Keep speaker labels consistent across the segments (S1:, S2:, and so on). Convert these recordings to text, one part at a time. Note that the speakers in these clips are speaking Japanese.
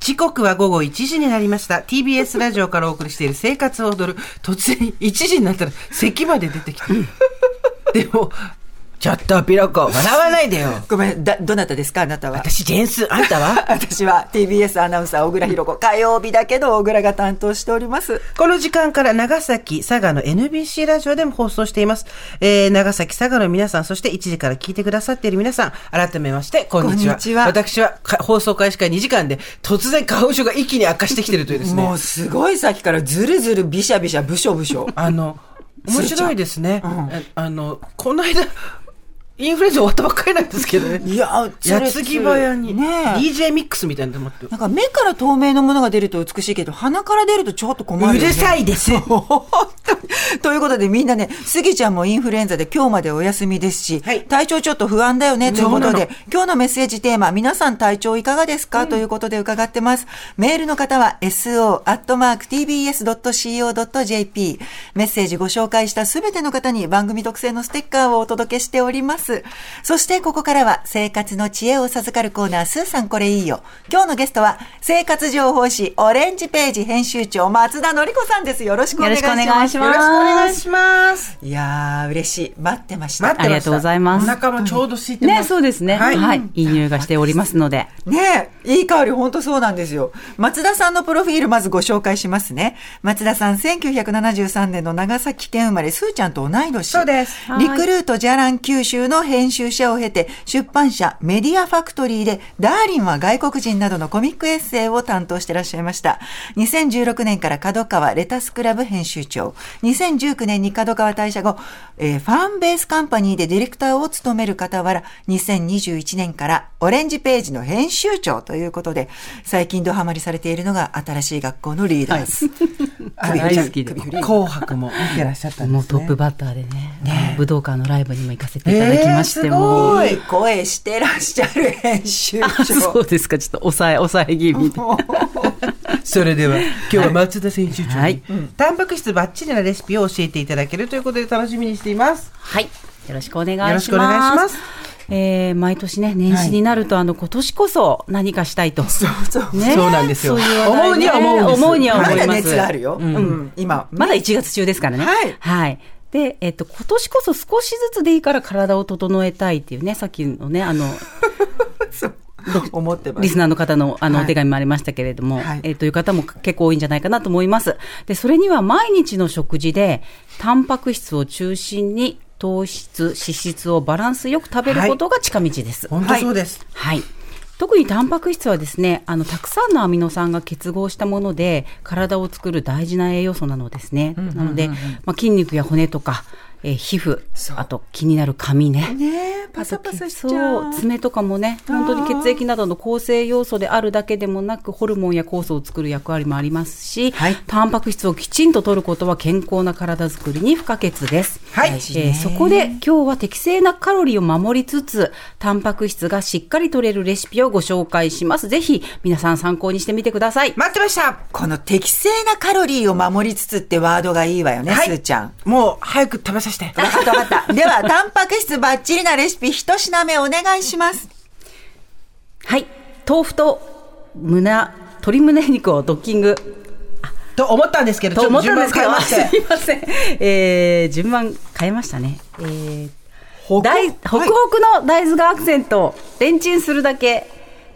S1: 時刻は午後1時になりました。TBS ラジオからお送りしている生活を踊る。突然1時になったら咳まで出てきた。でも、ちょっとピロコ、笑わないでよ。
S2: ごめん、だ、どなたですかあなたは。
S1: 私、ジェンス、あんたは
S2: 私は TBS アナウンサー、小倉弘子。火曜日だけど、小倉が担当しております。
S1: この時間から長崎、佐賀の NBC ラジオでも放送しています。えー、長崎、佐賀の皆さん、そして1時から聞いてくださっている皆さん、改めまして、こんにちは。
S2: こんにちは
S1: 私は、か放送開始から2時間で、突然花粉症が一気に悪化してきてるというですね。。
S2: もうすごいさっきからずるずるびしゃびしゃ、ぶしょぶしょ
S1: あの、面白いですね。
S2: ん
S1: ああの、この間、インフルエンザ終わったばっかりなんですけどね。
S2: いや、
S1: 矢継ぎ早に、
S2: ねえ
S1: DJ ミックスみたいなの持って。
S2: なんか目から透明のものが出ると美しいけど、鼻から出るとちょっと困るよ、ね。
S1: いです。
S2: 本当にということでみんなね、スギちゃんもインフルエンザで今日までお休みですし、
S1: はい
S2: 体調ちょっと不安だよねということで、今日のメッセージテーマ、皆さん体調いかがですか、ということで伺ってます。メールの方は so.tbs.co.jp。メッセージご紹介したすべての方に番組特製のステッカーをお届けしております。そしてここからは生活の知恵を授かるコーナー、スーさんこれいいよ。今日のゲストは生活情報誌オレンジページ編集長松田のり子さんです。よろしく
S3: よろしくお願いし
S1: よろ
S3: ま
S1: しくお願い
S3: す。
S1: します。
S2: いやー、嬉しい。待ってまし。
S1: 待ったてました
S3: ありがとうございます
S1: お腹もちょうど空いてます。
S3: ね、そうですね。
S1: は
S3: はいい、いい匂いがしておりますので。
S2: ねえ、いい香り、ほんとそうなんですよ。松田さんのプロフィール、まずご紹介しますね。松田さん、1973年の長崎県生まれ、すーちゃんと同い年。
S1: そうです
S3: はい
S2: リクルートジャラン九州の編集者を経て、出版社メディアファクトリーで、ダーリンは外国人などのコミックエッセイを担当してらっしゃいました。2016年から角川レタスクラブ編集長。2019年に角川退社後、えーファンベースカンパニーでディレクターを務める傍ら、2021年からオレンジページの編集長ということで、最近ドハマりされているのが新しい学校のリーダーズ。
S1: あ
S3: 大好きで
S1: 首振り紅白も見てらっしゃったんです、ね。
S3: もうトップバッターでね、武道館のライブにも行かせていただきまし
S1: え
S3: て、
S1: ーすご
S3: もう。
S1: はい
S2: いい声してらっしゃる編集
S3: あ そ
S2: 長。
S3: うですか、ちょっと抑え、抑え気味で。
S1: それでは、今日は松田選手長に、
S3: はい
S1: うんタンパク質バッチリなレシピを教えていただけるということで楽しみにしています。
S3: はい。よろしくお願いします。
S1: よろしくお願いします
S3: えー毎年ね、年始になると、あの、今年こそ何かしたいと。ね
S1: そうなんですよ
S3: そういう話題ね
S1: 思うには思うんです
S3: 思うには思
S2: ま
S3: います。
S2: だ熱があるよ。うん今。
S3: まだ1月中ですからね。
S2: はい
S3: で、えっと、今年こそ少しずつでいいから体を整えたいっていうね、さっきのね、あの、
S2: 思ってま
S3: リス
S2: す。
S3: ナーの方のあ
S2: は
S3: の
S2: い
S3: お手紙もありましたけれども、
S2: はい
S3: えーという方も結構多いんじゃないかなと思います。で、それには毎日の食事で、タンパク質を中心に糖質、脂質をバランスよく食べることが近道です。
S1: 本当そうです。
S3: はい。特にタンパク質はですね、あの、たくさんのアミノ酸が結合したもので、体を作る大事な栄養素なのですね。なので、まあ、筋肉や骨とか、えー皮膚、あと気になる髪ね。
S2: ねえ、パ
S3: あ
S2: サ
S3: と
S2: パ
S3: け
S2: サしちゃ
S3: そう
S2: う。
S3: 爪とかもね本当に血液などの構成要素であるだけでもなくホルモンや酵素を作る役割もありますし、
S2: はい
S3: タンパク質をきちんと摂ることは健康な体づくりに不可欠です、
S1: はい
S3: えーそこで今日は適正なカロリーを守りつつタンパク質がしっかり摂れるレシピをご紹介しますぜひ皆さん参考にしてみてください
S1: 待ってました
S2: この適正なカロリーを守りつつってワードがいいわよね、
S1: はい
S2: すーちゃん。
S1: もう早く食べさせて。
S2: わかったわかった。で は、タンパク質バッチリなレシピ、一品目お願いします。
S3: はい豆腐と胸鶏胸肉をドッキング
S1: と思ったんですけど、
S3: と
S1: ちょ
S3: 思
S1: っと順
S3: ったんで
S1: 番
S3: すけ
S1: 変え
S3: ど、
S1: まして。
S3: すいません。えー、順番変えましたね。えー、
S2: ほ
S3: 大ホクホクの大豆がアクセント、レンチンするだけ、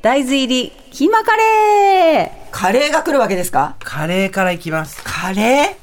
S3: 大豆入りキーマカレー
S2: カレーが来るわけですか
S1: カレーからいきます。
S2: カレー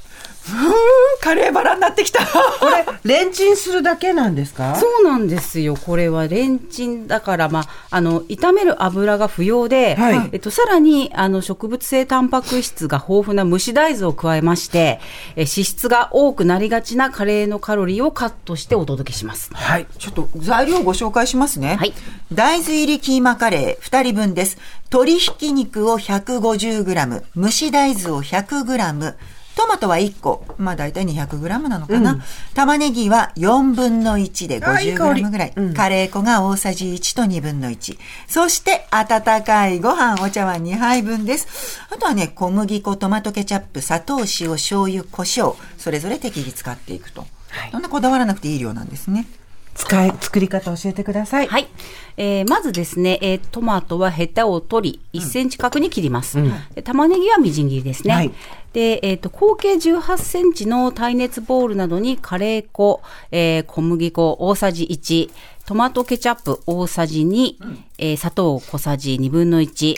S2: ふーん、カレーバラになってきた。
S1: これ、レンチンするだけなんですか
S3: そうなんですよ。これはレンチンだから、まあ、あの、炒める油が不要で、
S1: はい
S3: えっと、さらに、あの、植物性タンパク質が豊富な蒸し大豆を加えまして、え脂質が多くなりがちなカレーのカロリーをカットしてお届けします。
S1: はい。
S2: ちょっと材料をご紹介しますね。
S3: はい
S2: 大豆入りキーマカレー2人分です。鶏ひき肉を 150g、蒸し大豆を 100g、トマトは1個、まあ大体 200g なのかな。玉ねぎは4分の1で
S1: あいい香り
S2: 50g ぐらい。カレー粉が大さじ1と1分の1。そして温かいご飯、お茶碗2杯分です。あとはね、小麦粉、トマトケチャップ、砂糖、塩、醤油、胡椒、それぞれ適宜使っていくと。そんなこだわらなくていい量なんですね。
S1: 使い、作り方教えてください。
S3: はい。えーまずですね、えートマトはヘタを取り、1センチ角に切ります。で玉ねぎはみじん切りですね。
S1: はい
S3: で、えっ、と、合計18センチの耐熱ボウルなどにカレー粉、えー小麦粉大さじ1、トマトケチャップ大さじ2、えー砂糖小さじ1分の1、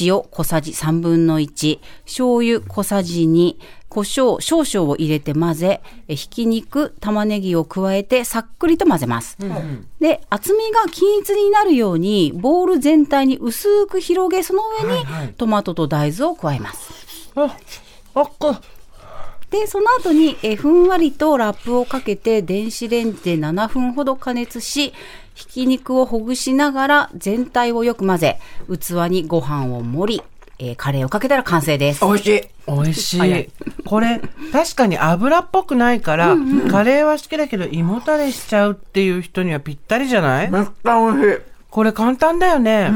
S3: 塩小さじ3分の1、醤油小さじ2、胡椒少々を入れて混ぜ、えーひき肉、玉ねぎを加えてさっくりと混ぜます。で、厚みが均一になるように、ボウル全体に薄く広げ、その上にトマトと大豆を加えます。
S1: あ、あっこ、
S3: で、その後に、えーふんわりとラップをかけて、電子レンジで7分ほど加熱し、ひき肉をほぐしながら全体をよく混ぜ、器にご飯を盛り、えーカレーをかけたら完成です。
S2: 美味しい。
S1: 美味し
S3: 早
S1: い
S3: い。
S1: これ、確かに油っぽくないから、カレーは好きだけど、胃もたれしちゃうっていう人にはぴったりじゃない
S2: めっちゃ美味しい。
S1: これ簡単だよね。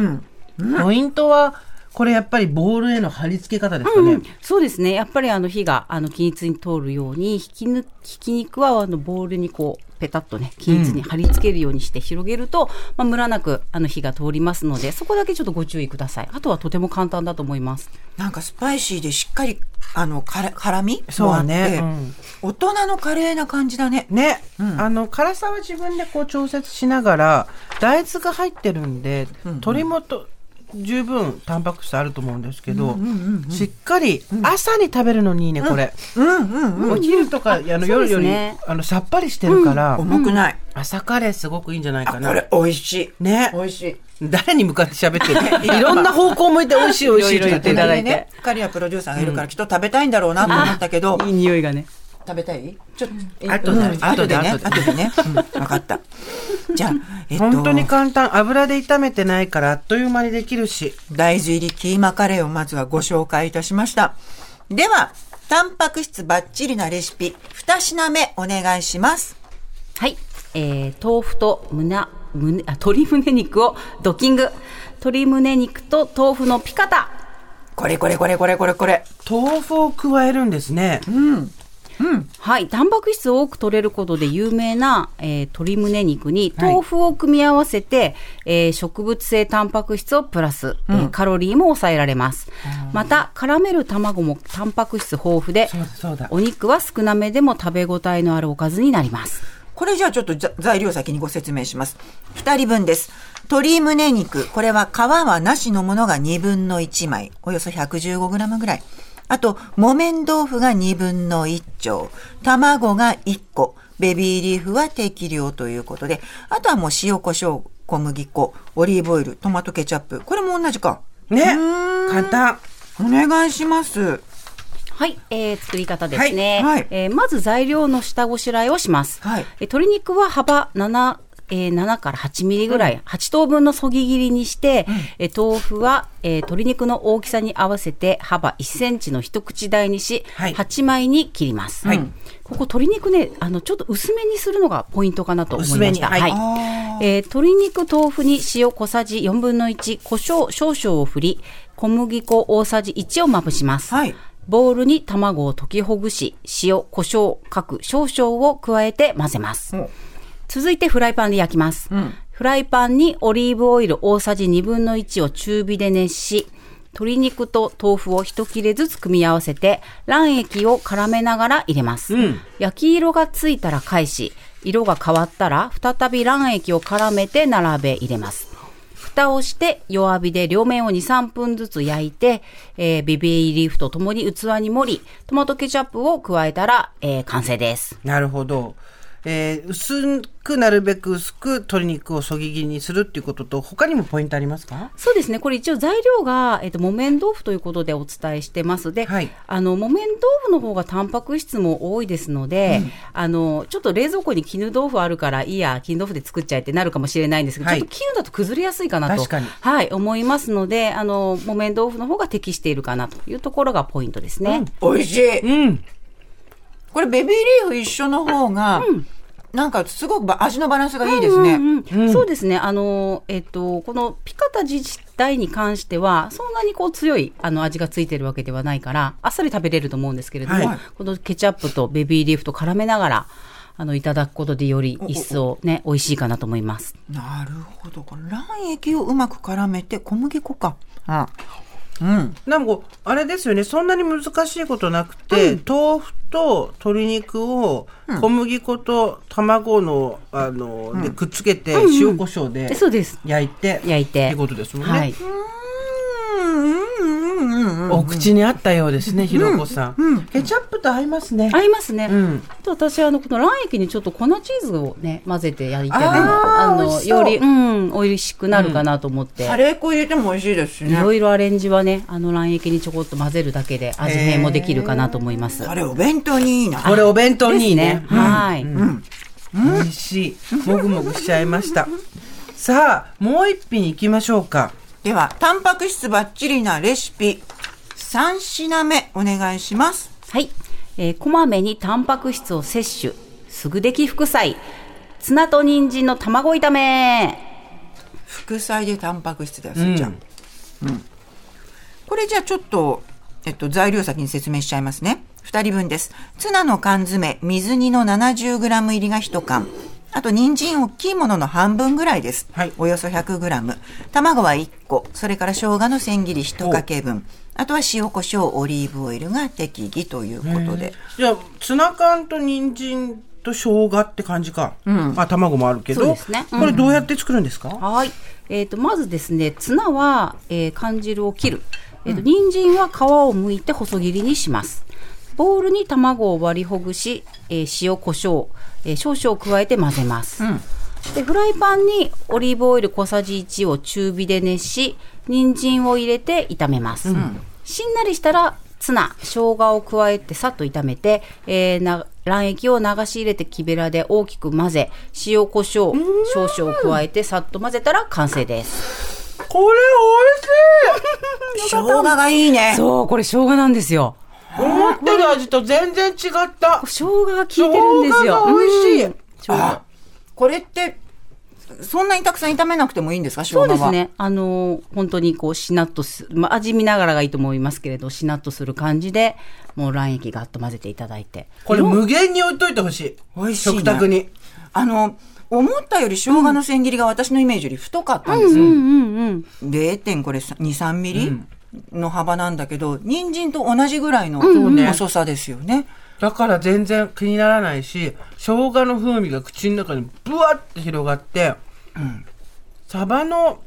S1: ポイントは、これやっぱりボールへの貼り付け方ですかね。
S3: そうですね。やっぱりあの火があの均一に通るように、ひきぬひき肉はあのボウルにこう、ペタッとね、均一に貼り付けるようにして広げると、まあ、ムラなくあの火が通りますので、そこだけちょっとご注意ください。あとはとても簡単だと思います。
S2: なんかスパイシーでしっかり、あの、から辛み
S1: そうだね
S2: もあって大人のカレーな感じだね。
S1: ね、あの辛さは自分でこう調節しながら大豆が入ってるんで、鶏もと十分タンパク質あると思うんですけど、しっかり朝に食べるのにいいねこれ、
S2: うんうんうん。
S1: お昼とかあの
S3: そう
S1: 夜
S3: です
S1: より、
S3: ね
S1: あのさっぱりしてるから、
S2: 重くない。
S1: 朝カレーすごくいいんじゃない
S2: あ、
S1: か
S2: こ
S1: な
S2: れ美味しい。
S1: ね
S2: 美味しい。
S1: 誰に向かって喋ってる いろんな方向向いて美味しい美味しいって言っていただい
S2: 隣にね
S1: て。
S2: カリアプロデューサーがいるからきっと食べたいんだろうなと思ったけど、
S3: いい匂いがね。
S2: 食べたいちょっと、
S1: 後で
S2: うん後でね。
S1: 後
S2: 後でね。うんわかった。じゃあ、えっと、
S1: 本当に簡単油で炒めてないからあっという間にできるし
S2: 大豆入りキーマカレーをまずはご紹介いたしました。では、タンパク質バッチリなレシピ、二品目お願いします。
S3: はい、えー、豆腐と胸胸あ鶏胸肉をドッキング鶏胸肉と豆腐のピカタ
S2: これこれこれこれこれこれ。
S1: 豆腐を加えるんですね、
S3: はいタンパク質を多く取れることで有名な、えー、鶏胸肉に豆腐を組み合わせて、えー植物性タンパク質をプラス、えーカロリーも抑えられます、また絡める卵もタンパク質豊富で
S1: そうだそうだ
S3: お肉は少なめでも食べ応えのあるおかずになります
S2: これじゃあちょっとざ材料先にご説明します。二人分です。鶏胸肉、これは皮はなしのものが2分の1枚、およそ 115g ぐらい。あと、木綿豆腐が2分の1丁、卵が1個、ベビーリーフは適量ということで、あとはもう塩、胡椒、小麦粉、オリーブオイル、トマトケチャップ、これも同じか。
S1: ね
S2: うーん
S1: 簡単
S2: お願いします。
S3: はい、えー作り方ですね、
S2: はいはい
S3: えーまず材料の下ごしらえをします、
S2: はい
S3: えー鶏肉は幅7えー7から8ミリぐらい、8等分のそぎ切りにして、えー豆腐は、えー鶏肉の大きさに合わせて幅1センチの一口大にし、
S1: はい
S3: 8枚に切ります、
S1: はい
S3: うんここ鶏肉ねあのちょっと薄めにするのがポイントかなと思いま
S1: 薄めに
S3: した、
S1: はい
S3: えー鶏肉、豆腐に塩小さじ4分の1、胡椒少々を振り、小麦粉大さじ1をまぶします。
S2: はい
S3: ボウルに卵を溶きほぐし、塩、胡椒、各少々を加えて混ぜます。続いてフライパンで焼きます。フライパンにオリーブオイル大さじ1分の1を中火で熱し、鶏肉と豆腐を一切れずつ組み合わせて、卵液を絡めながら入れます。焼き色がついたら返し、色が変わったら再び卵液を絡めて並べ入れます。蓋をして弱火で両面を2、3分ずつ焼いて、えー、ビビーリーフとともに器に盛り、トマトケチャップを加えたら、えー完成です。
S1: なるほど。えー薄くなるべく薄く鶏肉をそぎ切りにするっていうことと他にもポイントありますか
S3: そうですね。これ一応材料が、えっと、木綿豆腐ということでお伝えしてます。で、
S1: はい
S3: あの、木綿豆腐の方がタンパク質も多いですので、あの、ちょっと冷蔵庫に絹豆腐あるから、いいや、絹豆腐で作っちゃえってなるかもしれないんですけど、
S1: はい
S3: ちょっと絹だと崩れやすいかなと。
S1: 確かに
S3: はい、思いますので、あの、木綿豆腐の方が適しているかなというところがポイントですね。
S2: 美味しい。
S1: うん。
S2: これベビーリーフ一緒の方が、なんかすごくば味のバランスがいいですね。
S3: うんうんそうですね。あの、えっと、このピカタ自体に関しては、そんなにこう強いあの味がついてるわけではないから、あっさり食べれると思うんですけれども、
S1: はい
S3: このケチャップとベビーリーフと絡めながら、あのいただくことでより一層ね美味しいかなと思います。
S2: なるほど。これ卵液をうまく絡めて小麦粉か。あうん。
S1: なんかこうあれですよねそんなに難しいことなくて、豆腐と鶏肉を小麦粉と卵のあの、でくっつけて塩コショウで
S3: えそうです。
S1: 焼いて、
S3: 焼いて
S1: ってことですもんね、
S3: はい。
S2: うんうんうんうん。
S1: お口に合ったようですね、ひろこさん、ケチャップと合いますね
S3: 合いますね。
S1: うん
S3: あと私あのこの卵液にちょっと粉チーズをね混ぜて焼いても
S2: あー
S3: あ
S2: 美
S3: の
S2: 味しそう
S3: よりうん美味しくなるかなと思って。
S2: カレー粉入れても美味しいですし
S3: い
S2: ね。
S3: ろいろアレンジはね、あの卵液にちょこっと混ぜるだけで味変もできるかなと思います。
S2: これお弁当にいいな。
S1: これお弁当にいいね
S3: ですはい。
S1: 美味しいもぐもぐしちゃいましたさあもう一品いきましょうか
S2: では、タンパク質バッチリなレシピ、3品目お願いします。
S3: はい、えーこまめにタンパク質を摂取すぐでき副菜ツナと人参の卵炒め
S2: 副菜でタンパク質です、じゃん、うん。これじゃあちょっと、えっと、材料先に説明しちゃいますね。2人分です。ツナの缶詰、水煮の 70g 入りが1缶。あと、人参大きいものの半分ぐらいです。
S1: はい
S2: およそ 100g。卵は1個。それから生姜の千切り1かけ分。あとは塩コショウ、オリーブオイルが適宜ということで。
S1: じゃあツナ缶と人参と生姜って感じか、あ卵もあるけど
S3: そうですねうん
S1: これどうやって作るんですか、
S3: はい、えー、とまずですねツナは、えー缶汁を切る、えー、と人参は皮を剥いて細切りにしますボウルに卵を割りほぐし、えー塩コショウ、えー少々加えて混ぜます、でフライパンにオリーブオイル小さじ1を中火で熱し人参を入れて炒めます、しんなりしたらツナ生姜を加えてさっと炒めて、えーな卵液を流し入れて木べらで大きく混ぜ塩コショウ少々加えてさっと混ぜたら完成です
S1: これ
S2: 生姜がいいね。
S3: そうこれ生姜なんですよ
S1: 美味しい思ってる味と全然違った
S3: 生姜が効いてるんですよ
S1: 生姜が美味しい
S3: うん生姜
S2: これって、そんなにたくさん炒めなくてもいいんですか生姜
S3: そ
S2: は。
S3: うです。ね。あのー本当にこう、しなっとす、まあ、味見ながらがいいと思いますけれど、しなっとする感じで、もう卵液ガッと混ぜていただいて。
S1: これ無限に置いといてほしい
S2: 美味しいね
S1: 食卓に
S2: あの、思ったより生姜の千切りが私のイメージより太かったんですよ。
S3: うんうんうん。
S2: 0. これ2、3ミリの幅なんだけど、人参と同じぐらいの
S1: ね
S2: 細さですよね。
S1: だから全然気にならないし生姜の風味が口の中にブワッて広がって、サバの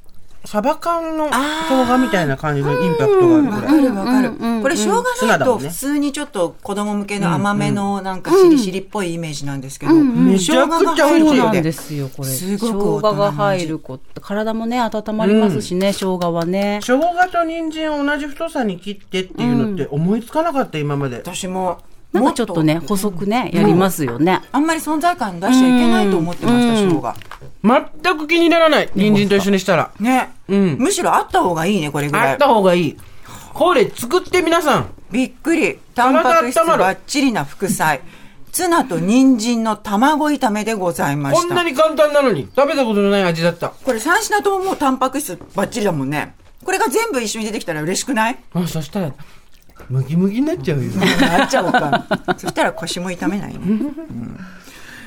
S1: サバ缶の生姜みたいな感じのインパクトがあるぐらい
S2: わかるわかる。これ生姜な
S1: 砂
S2: い
S1: だも
S2: と
S1: んね
S2: 普通にちょっと子供向けの甘めのなんかしりしりっぽいイメージなんですけど、
S1: め
S2: 生
S1: ちゃ
S2: 姜が
S1: くちゃ美
S2: 入
S1: 味
S2: る
S1: しい
S3: そう
S2: ことです
S3: なんでよ、これ。
S2: すごく大人
S3: 生姜
S2: の
S3: が
S2: 味
S3: 入ること。体もね、温まりますしね、生姜はね。
S1: 生姜と人参を同じ太さに切ってっていうのって思いつかなかった今まで、
S2: 私も。
S3: なんかちょっとね、
S2: も
S3: 細くね、やりますよね。
S2: あんまり存在感出しちゃいけないと思ってました、生姜。
S1: 全く気にならない人参と一緒にしたら
S2: ね、
S1: うん
S2: むしろあった方がいいねこれぐ
S1: あ
S2: ら
S1: っ
S2: い
S1: た方がいいこれ作って皆さん
S2: びっくりタンパク質バッチリな副菜ツナと人参の卵炒めでございま
S1: こ
S2: し
S1: ん
S2: た
S1: なに簡単なのに食べたことのない味だった
S2: これ3品とももうタンパク質バッチリだもんねこれが全部一緒に出てきたら嬉しくない
S1: あそしたらムキムキになっちゃうよ
S2: なっちゃおうかそしたら腰も痛めないね、うん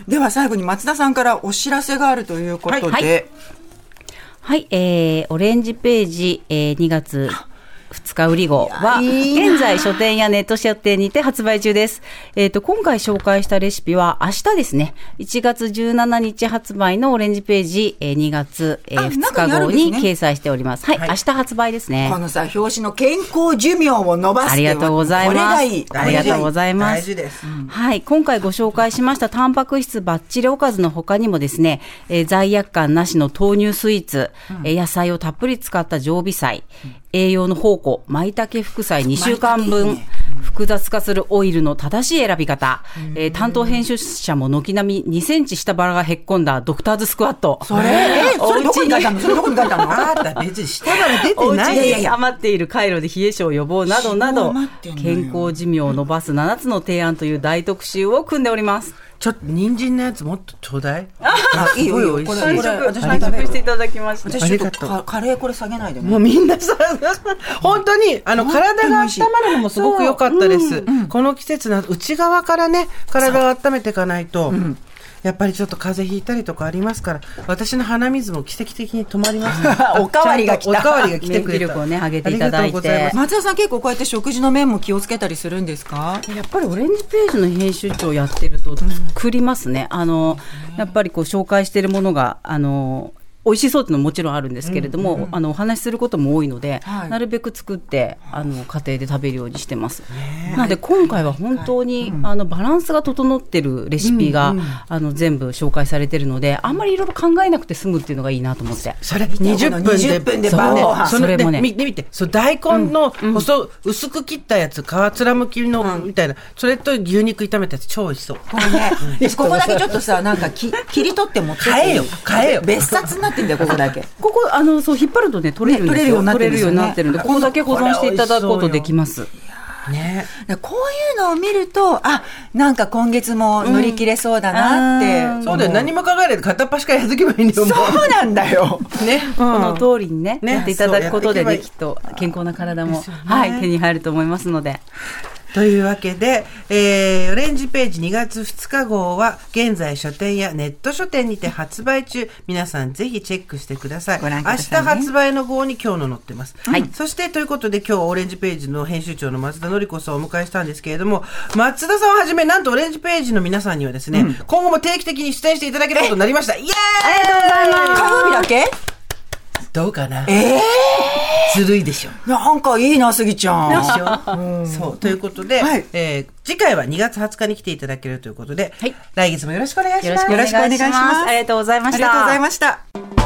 S2: では最後に松田さんからお知らせがあるということで、
S3: はいははい、えー、オレンジページ、えー、2月2日売り号は、現在書店やネット書店にて発売中です。えっ、と、今回紹介したレシピは明日ですね、1月17日発売のオレンジページ、えー、2月、え
S2: あ
S3: ー、2
S2: 中
S3: 日
S2: にある
S3: 号
S2: んですね
S3: に掲載しております。はい、
S1: はい
S3: 明日発売ですね
S2: こ。のさ表紙の健康寿命を伸ばすって
S3: ありがとうございま
S2: こ
S3: す
S2: れがいい
S3: ありがとうございま
S1: 大
S3: す
S1: 事です、
S3: はい。今回ご紹介しましたタンパク質バッチリおかずの他にもですね、えー罪悪感なしの豆乳スイーツ、えー野菜をたっぷり使った常備菜、栄養の宝庫、舞茸副菜2週間
S2: 舞茸いい
S3: 分、
S2: ね
S3: 複雑化するオイルの正しい選び方、えー担当編集者も軒並み2センチ下腹がへっこんだドクターズスクワット。
S2: それえそれどこに書いたのそれどこに書いたの
S1: あなた別に下から出てないよ
S2: お家でやいやいや
S3: 余っている回路で冷え性予防などな
S2: 死ぬ
S3: ど
S2: 余ってんのよ
S3: 健康寿命を伸ばす7つの提案という大特集を組んでおります。
S1: ちょっと人参のやつもっとちょうだい
S2: あいいよいいよこれ
S1: すごい美味しい
S2: これ私も
S3: 完
S2: 食べ
S3: 食
S2: る
S3: していただきました。
S2: 私ちょっ
S1: あり
S2: と
S1: がと
S2: カカレーこれ下げないでね
S1: もうみんなさ、本当に、あの、体が温まるのもすごく良かったです。この季節の内側からね、体を温めていかないと、やっぱりちょっと風邪ひいたりとかありますから私の鼻水も奇跡的に止まります
S2: おかわりが来た
S1: おかわりが来てくれ
S3: 免疫
S1: た
S3: 力をね上げていただ
S1: ありがと
S3: いて
S1: うございます
S2: 松田さん結構こうやって食事の面も気をつけたりするんですか
S3: やっぱりオレンジページの編集長やってると作りますね。あの、やっぱりこう紹介しているものが、あの、美味しそうっていうのももちろんあるんですけれども、あのお話しすることも多いので、
S2: はい
S3: なるべく作ってあの家庭で食べるようにしてます。なので今回は本当に、あのバランスが整ってるレシピが、あの全部紹介されてるので、あんまりいろいろ考えなくて済むっていうのがいいなと思って。
S1: それ20分で
S2: 20分で晩
S3: ご飯
S1: それ
S3: それも
S1: ね
S3: ね
S1: 見て見てそう大根の細、薄く切ったやつ皮貫きのみたいな、それと牛肉炒めたやつ超美味しそう
S2: これね、ここだけちょっと さ、なんかき切り取って持ってって
S1: 買えよ買えよ
S2: 別冊になってんだよ、ここ だけ。
S3: ここあのそう引っ張るとね取れるんですよ、
S2: ね取
S3: 取
S2: れ
S3: れ
S2: る
S3: る
S2: よ
S3: よ
S2: う
S3: う
S2: に
S3: に
S2: な
S3: な
S2: っ
S3: ってて
S2: る
S3: る
S2: ん
S3: ん
S2: で
S3: でここだけ保存していただくことできます。
S1: ね
S2: こういうのを見ると、あ、なんか今月も乗り切れそうだなって。
S3: うんあー
S1: そうだよ何も考えないで片っ端からやっとけばいいんだよも
S2: そうなんだ よ。
S1: うね、
S3: この通りにね
S1: ね
S3: やっていただくことで
S1: そうや
S3: ね
S1: って
S3: き
S1: い
S3: っと健康な体も、
S1: ですよね
S3: はい手に入ると思いますので
S1: というわけで、えー、オレンジページ2月2日号は現在書店やネット書店にて発売中皆さんぜひチェックしてください
S2: ご覧くださいね
S1: 明日発売の号に今日の載ってます、
S3: はい
S1: そしてということで今日はオレンジページの編集長の松田紀子さんをお迎えしたんですけれども松田さんをはじめなんとオレンジページの皆さんにはですね、今後も定期的に出演していただけることになりましたイエーイ
S2: 火曜日だけ
S1: どうかな
S2: ええ
S1: ずるいでしょ
S2: なんかいいな、杉ちゃん。
S1: でしょそう。ということで、
S2: はい
S1: えー次回は2月20日に来ていただけるということで、
S3: はい
S1: 来月もよろしくお願いします。
S2: よろしくお願いします
S3: ありがとうございま
S2: あ
S3: し
S2: りがとうござ
S3: た
S2: い。ました。